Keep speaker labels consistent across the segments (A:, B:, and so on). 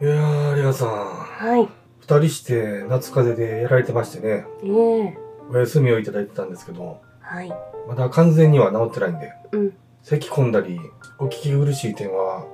A: いやー、レアさん。
B: はい。
A: 二人して夏風邪でやられてましてね、
B: ええ
A: お休みをいただいてたんですけど、
B: はい。
A: まだ完全には治ってないんで、
B: うん。
A: 咳込んだり、お聞き苦しい点は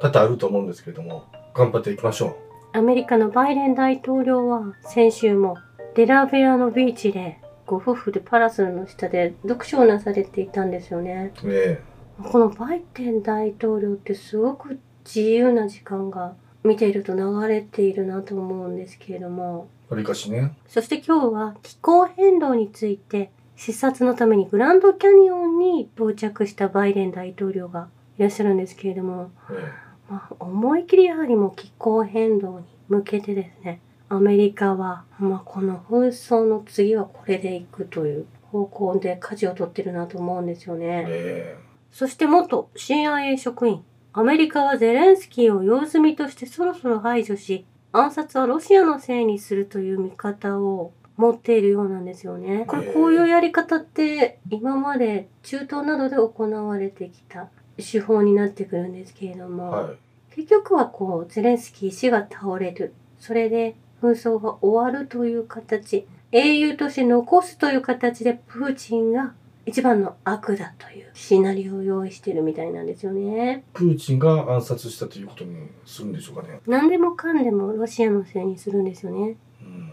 A: 多々あると思うんですけれども、頑張っていきましょ
B: アメリカのバイデン大統領は先週もデラウェアのビーチでご夫婦でパラソルの下で読書をなされていたんですよね。
A: う。ねえ。
B: このバイデン大統領ってすごく自由な時間が見ていると流れているなと思うんですけれども。
A: わりかしね。
B: そして今日は気候変動について視察のためにグランドキャニオンに到着したバイデン大統領がいらっしゃるんですけれども、
A: え
B: まあ、思い切りやはりもう気候変動に向けてですねアメリカは、まあ、この紛争の次はこれでいくという方向で舵を取ってるなと思うんですよ
A: え。ね
B: ね。
A: え。
B: そして元 CIA 職員アメリカはゼレンスキーを用済みとしてそろそろ排除し暗殺はロシアのせいにするという見方を持っているようなんですよね。これ
A: ええ
B: こういうやり方って今まで中東などで行われてきた手法になってくるんですけれども、
A: は
B: 結局はこうゼレンスキー氏が倒れるそれで紛争が終わるという形英雄として残すという形でプーチンが一番の悪だというシナリオを用意してるみたいなんですよね
A: い。。プーチンが暗殺したということにするんでしょうかね。
B: 何でもかんでもロシアのせいにするんですよね。
A: うん。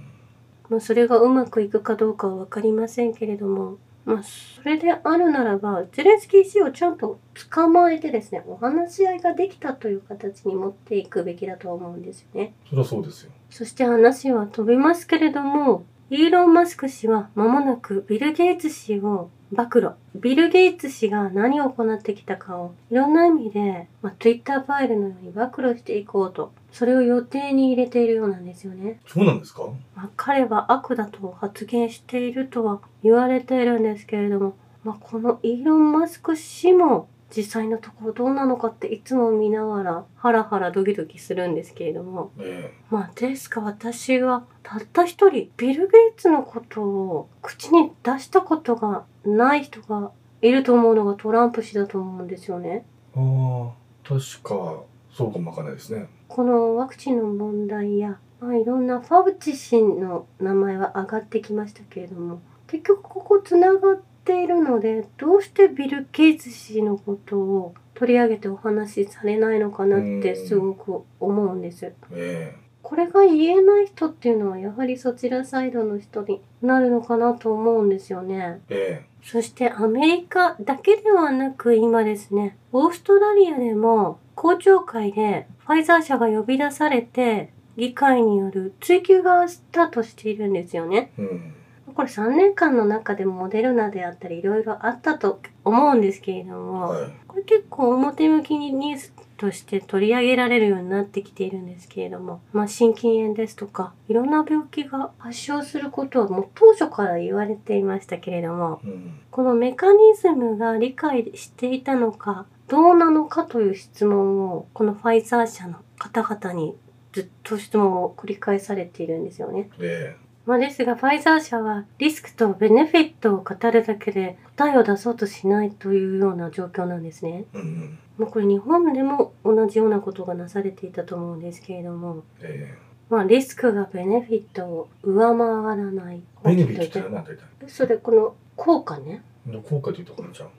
B: まあ、それがうまくいくかどうかは分かりませんけれども、まあ、それであるならばゼレンスキー氏をちゃんと捕まえてですねお話し合いができたという形に持っていくべきだと思うんですよね。
A: そりゃそうですよ。
B: そして話は飛びますけれども、イーロン・マスク氏は間もなくビル・ゲイツ氏を暴露。ビル・ゲイツ氏が何を行ってきたかをいろんな意味で、まあ、Twitter ファイルのように暴露していこうと、それを予定に入れているようなんですよね。
A: そうなんですか
B: まあ、彼は悪だと発言しているとは言われているんですけれども、まあ、このイーロン・マスク氏も実際のところどうなのかっていつも見ながらハラハラドキドキするんですけれども、
A: ねえ。
B: まあ、ですが私はたった一人ビル・ゲイツのことを口に出したことがない人がいると思うのがトランプ氏だと思うんですよね。
A: ああ、確か、そうかもわかんないですね。
B: このワクチンの問題や、まあ、いろんなファウチ氏の名前は上がってきましたけれども結局ここつながっているのでどうしてビル・ゲイツ氏のことを取り上げてお話しされないのかなってすごく思うんです。
A: ねえ。
B: これが言えない人っていうのはやはりそちらサイドの人になるのかなと思うんですよね。
A: え
B: そしてアメリカだけではなく今ですね、オーストラリアでも公聴会でファイザー社が呼び出されて議会による追及がスタートしているんですよね。
A: え。うん。
B: これ3年間の中でモデルナであったりいろいろあったと思うんですけれども、
A: はい。
B: これ結構表向きにニュースとして取り上げられるようになってきているんですけれども、まあ、心筋炎ですとかいろんな病気が発症することはもう当初から言われていましたけれども
A: うん。
B: このメカニズムが理解していたのかどうなのかという質問をこのファイザー社の方々にずっと質問を繰り返されているんですよね。
A: ねえ。
B: まあ、ですが、ファイザー社はリスクとベネフィットを語るだけで答えを出そうとしないというような状況なんですね。
A: うんうん。
B: まあ、これ日本でも同じようなことがなされていたと思うんですけれども、
A: え
B: まあ、リスクがベネフィットを上回らない。
A: え。ベネフィットって何だいたい
B: それ、この効果ね。
A: の効果というところじゃん。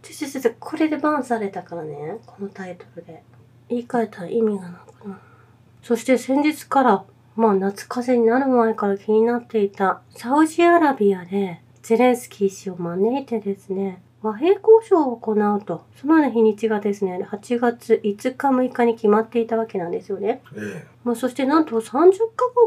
B: ちょちょちょちょこれでバンされたからねこのタイトルで言い換えたら意味がなくなるそして先日からまあ夏風邪になる前から気になっていたサウジアラビアでゼレンスキー氏を招いてですね和平交渉を行うとそのような日にちがですね8月5日6日に決まっていたわけなんですよね、
A: え
B: まあ、そしてなんと30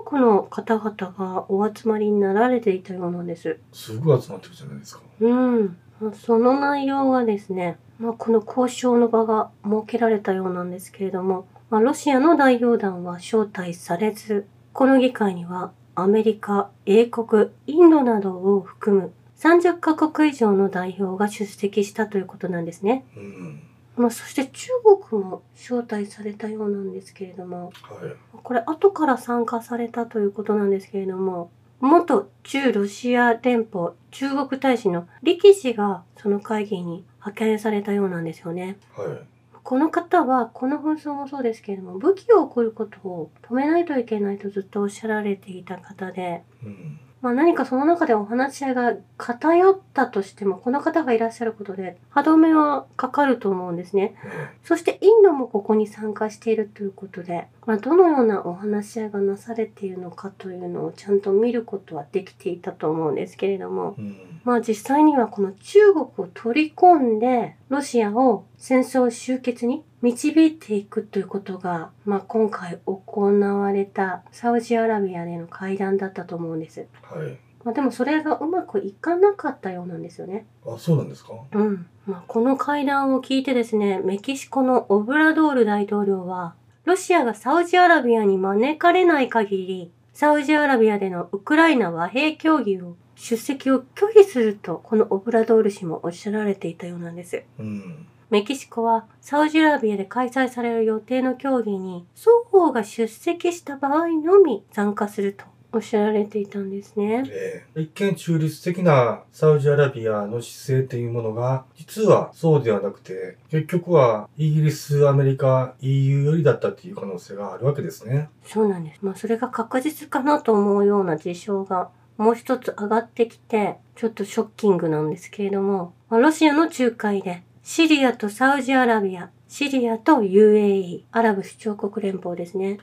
B: カ国の方々がお集まりになられていたようなんです
A: え。すごい集まってるじゃないですか。
B: うん、その内容がですね、まあ、この交渉の場が設けられたようなんですけれども、まあ、ロシアの代表団は招待されず、この議会にはアメリカ、英国、インドなどを含む30カ国以上の代表が出席したということなんですね。
A: うん。
B: まあ、そして中国も招待されたようなんですけれども、
A: はい。
B: これ後から参加されたということなんですけれども元駐ロシア連邦中国大使の力士がその会議に派遣されたようなんですよね。
A: は
B: この方はこの紛争もそうですけれども武器を送ることを止めないといけないとずっとおっしゃられていた方で、
A: うん。
B: まあ、何かその中でお話し合いが偏ったとしてもこの方がいらっしゃることで歯止めはかかると思うんですねそしてインドもここに参加しているということで、まあ、どのようなお話し合いがなされているのかというのをちゃんと見ることはできていたと思うんですけれども
A: うん。
B: まあ実際にはこの中国を取り込んでロシアを戦争終結に導いていくということが、まあ、今回行われたサウジアラビアでの会談だったと思うんです、
A: はい。
B: まあ、でもそれがうまくいかなかったようなんですよね
A: あ、そうなんですか
B: うん、まあ、この会談を聞いてですねメキシコのオブラドール大統領はロシアがサウジアラビアに招かれない限りサウジアラビアでのウクライナ和平協議を出席を拒否するとこのオブラドール氏もおっしゃられていたようなんです
A: うん。
B: メキシコはサウジアラビアで開催される予定の協議に双方が出席した場合のみ参加するとおっしゃられていたんですね
A: ええ一見中立的なサウジアラビアの姿勢というものが、実はそうではなくて、結局はイギリス、アメリカ、EU よりだったという可能性があるわけですね。
B: そうなんです。まあ、それが確実かなと思うような事象がもう一つ上がってきて、ちょっとショッキングなんですけれども、まあロシアの仲介で、シリアとサウジアラビア、シリアと UAE、アラブ首長国連邦ですね、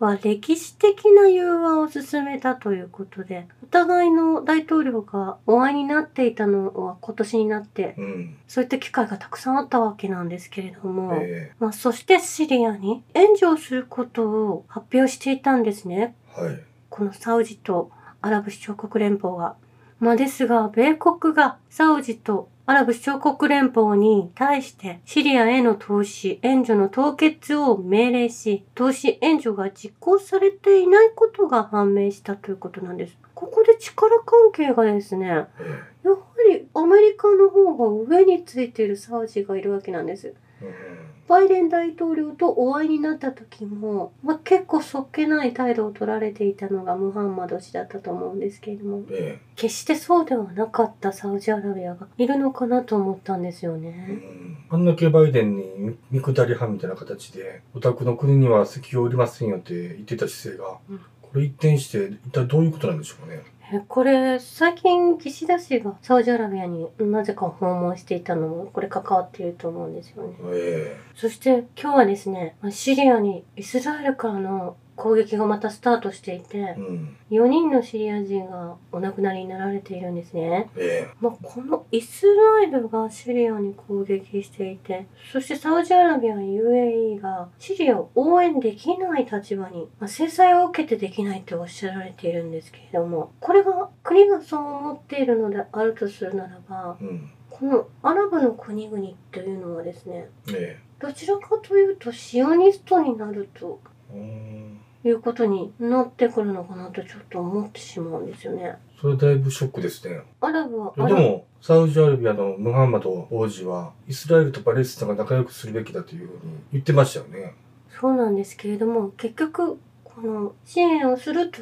A: はい。
B: は歴史的な融和を進めたということで、お互いの大統領がお会いになっていたのは今年になって、
A: うん。
B: そういった機会がたくさんあったわけなんですけれども、
A: え
B: まあ、そしてシリアに援助をすることを発表していたんですね。
A: えはい。
B: このサウジとアラブ首長国連邦が。まあ、ですが、米国がサウジとアラブ首長国連邦に対してシリアへの投資、援助の凍結を命令し、投資援助が実行されていないことが判明したということなんです。ここで力関係がですね、やは
A: え
B: りアメリカの方が上についているサウジがいるわけなんです。
A: えうん。
B: バイデン大統領とお会いになった時も、まあ、結構そっけない態度を取られていたのがムハンマド氏だったと思うんですけれども
A: え
B: 決してそうではなかったサウジアラビアがいるのかなと思ったんですよ
A: えう
B: ね。
A: ん。あんだけバイデンに見下り派みたいな形で、お宅の国には石油を売りませんよって言ってた姿勢が
B: うん、
A: これ一転して一体どういうことなんでしょうかね。
B: えこれ最近岸田氏がサウジアラビアになぜか訪問していたのもこれ関わっていると思うんですよね。
A: え
B: そして今日はですねまあシリアにイスラエルからの攻撃がまたスタートしていて
A: えうん。
B: 4人のシリア人がお亡くなりになられているんですね。
A: え
B: まあ、このイスラエルがシリアに攻撃していてそしてサウジアラビア UAE がシリアを応援できない立場に、まあ、制裁を受けてできないとおっしゃられているんですけれどもこれが国がそう思っているのであるとするならば
A: えうん。
B: このアラブの国々というのはですね
A: え
B: どちらかというとシオニストになると
A: えうん。
B: いうことになってくるのかなとちょっと思ってしまうんですよね。
A: それだいぶショックですね。
B: アラブはい
A: や
B: ア
A: で
B: ラブ
A: も、サウジアラビアのムハンマド王子は、イスラエルとパレスチナが仲良くするべきだというふうに言ってましたよね。
B: そうなんですけれども結局この支援をすると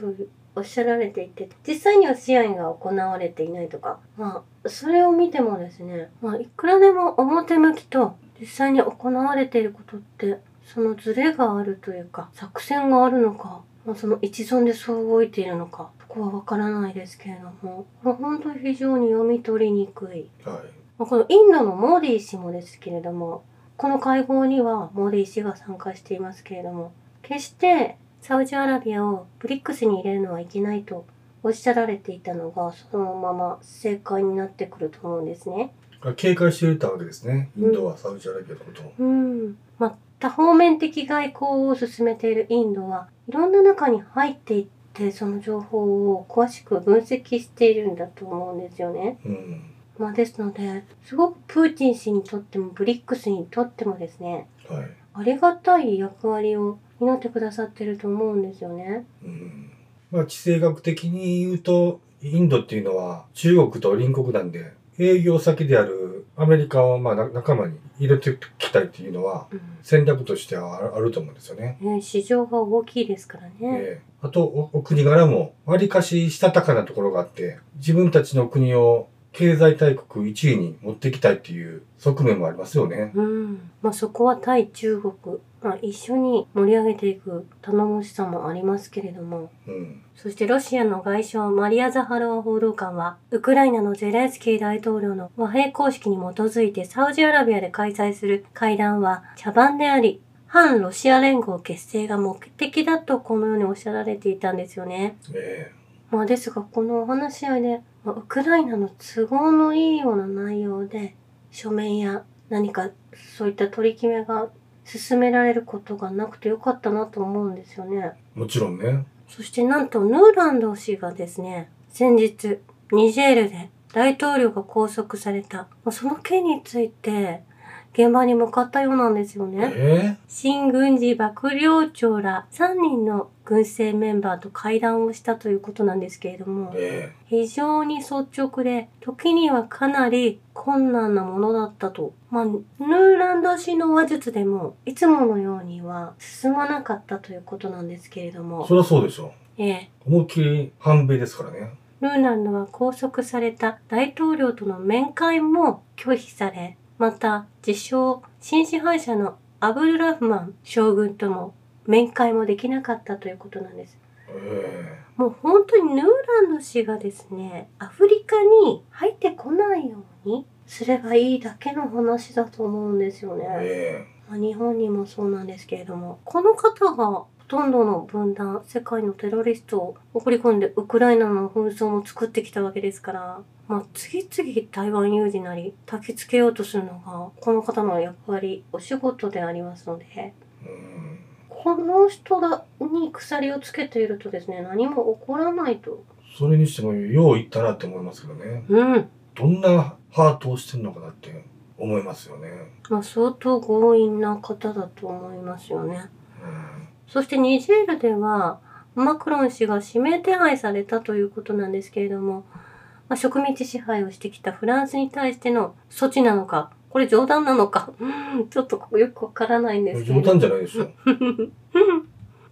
B: おっしゃられていて実際には支援が行われていないとかまあそれを見てもですね、まあ、いくらでも表向きと実際に行われていることってそのズレがあるというか作戦があるのか、まあ、その一存でそう動いているのかそこはわからないですけれどもこれ本当に非常に読み取りにくい
A: は
B: まあこのインドのモディ氏もですけれどもこの会合にはモディ氏が参加していますけれども決してサウジアラビアをブリックスに入れるのはいけないとおっしゃられていたのがそのまま正解になってくると思うんですね。
A: い。警戒していたわけですね。インドはサウジアラビアのことを。
B: うんまあ、多方面的外交を進めているインドはいろんな中に入っていってその情報を詳しく分析しているんだと思うんですよね。
A: うん。
B: まあ、ですので、すごくプーチン氏にとっても、ブリックスにとってもですね、
A: はい。
B: ありがたい役割を担ってくださってると思うんですよね。
A: うん。まあ、地政学的に言うと、インドっていうのは中国と隣国なんで、営業先であるアメリカをまあな仲間に入れてきたいっていうのは、戦略としてはあるあると思うんですよね。
B: ね、市場が大きいですからね。
A: ええあとおお国柄もわりかししたたかなところがあって自分たちの国を経済大国1位に持っていきたいっていう側面もありますよね。
B: うん。まあそこは対中国、まあ、一緒に盛り上げていく頼もしさもありますけれども、
A: うん。
B: そしてロシアの外相マリア・ザハロワ報道官は、ウクライナのゼレンスキー大統領の和平公式に基づいてサウジアラビアで開催する会談は茶番であり、反ロシア連合結成が目的だとこのようにおっしゃられていたんですよね。
A: え
B: まあですが、このお話し合いで、まあウクライナの都合のいいような内容で、書面や何かそういった取り決めが進められることがなくてよかったなと思うんですよね。
A: えもちろんね。
B: そしてなんとヌーランド氏がですね、先日、ニジェールで大統領が拘束された、まあその件について、現場に向かったようなんですよね。
A: え
B: 新軍事幕僚長ら3人の軍政メンバーと会談をしたということなんですけれども
A: え、え
B: 非常に率直で、時にはかなり困難なものだったと。まあ、ヌーランド氏の話術でも、いつものようには進まなかったということなんですけれど
A: え
B: も
A: そ、りゃそうでしょ。
B: ええ、
A: 思いっきり反米ですからね。
B: ルーランドは拘束された大統領との面会も拒否され、また自称新支配者のアブルラフマン将軍とも面会もできなかったということなんです。
A: え
B: もう本当にヌーランド氏がですね、アフリカに入ってこないようにすればいいだけの話だと思うんですよ
A: え
B: ね。
A: え
B: まあ日本にもそうなんですけれども、この方がほとんどの分断、世界のテロリストを送り込んでウクライナの紛争も作ってきたわけですから、まあ、次々台湾有事なり、焚きつけようとするのが、この方のやっぱりお仕事でありますので、
A: えうん。
B: この人らに鎖をつけているとですね、何も起こらないと。
A: それにしても、よう言ったなって思いますけどね。
B: うん。
A: どんなハートをしてんのかなって思いますよね。
B: まあ、相当強引な方だと思いますよね。
A: うん。
B: そしてニジェールでは、マクロン氏が指名手配されたということなんですけれども、まあ、植民地支配をしてきたフランスに対しての措置なのか、これ冗談なのか、 うんちょっとよくわからないんですけれ
A: 冗
B: ど
A: 談
B: も。
A: じゃないでし ょ。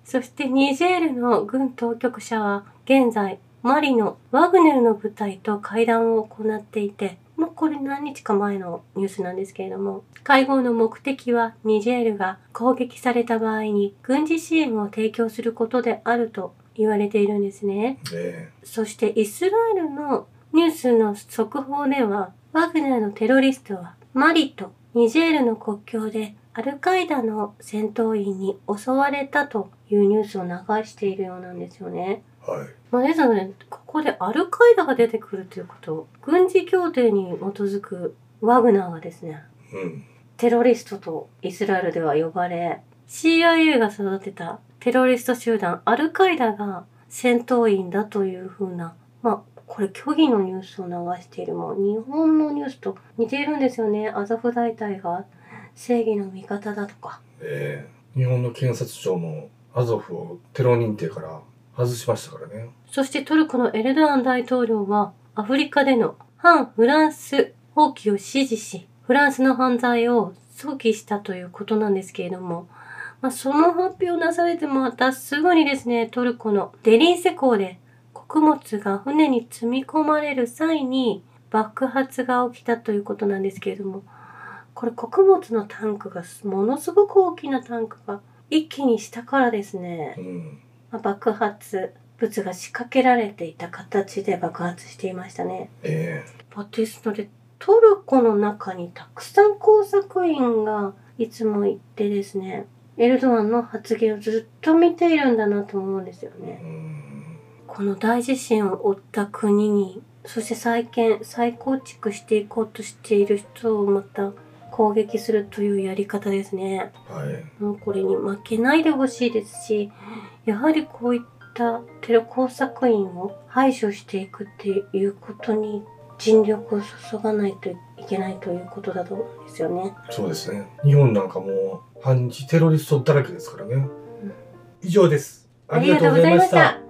B: そしてニジェールの軍当局者は、現在、マリのワグネルの部隊と会談を行っていて、もうこれ何日か前のニュースなんですけれども、会合の目的はニジェールが攻撃された場合に軍事支援を提供することであると言われているんですね。
A: え
B: そしてイスラエルのニュースの速報では、ワグネルのテロリストはマリとニジェールの国境でアルカイダの戦闘員に襲われたというニュースを流しているようなんですよね。
A: えはい。
B: まあ、ですので、ここでアルカイダが出てくるということ、軍事協定に基づくワグナーがですね、
A: うん。
B: テロリストとイスラエルでは呼ばれ、CIA が育てたテロリスト集団アルカイダが戦闘員だというふうな、まあ、これ虚偽のニュースを流しているもう日本のニュースと似ているんですよね。アザフ大隊が正義の味方だとか。
A: ええ日本の検察庁もアゾフをテロ認定から外しましたからね。
B: そしてトルコのエルドアン大統領はアフリカでの反フランス放棄を支持し、フランスの犯罪を早期したということなんですけれども、まあ、その発表なされてもまたすぐにですね、トルコのデリンセ港で穀物が船に積み込まれる際に爆発が起きたということなんですけれども、これ穀物のタンクがものすごく大きなタンクが一気に下からですね、
A: うん。
B: まあ爆発物が仕掛けられていた形で爆発していましたね。
A: え
B: まあですのでトルコの中にたくさん工作員がいつも行ってですねエルドアンの発言をずっと見ているんだなと思うんですよ
A: え
B: ね。
A: うん。
B: この大地震を負った国にそして再建再構築していこうとしている人をまた攻撃するというやり方ですね。
A: はい。
B: もうこれに負けないでほしいですしやはりこういったテロ工作員を排除していくっていうことに尽力を注がないといけないということだと思うんですよね。
A: そうですね。日本なんかもう反日テロリストだらけですからね。以上です。ありがとうございました。。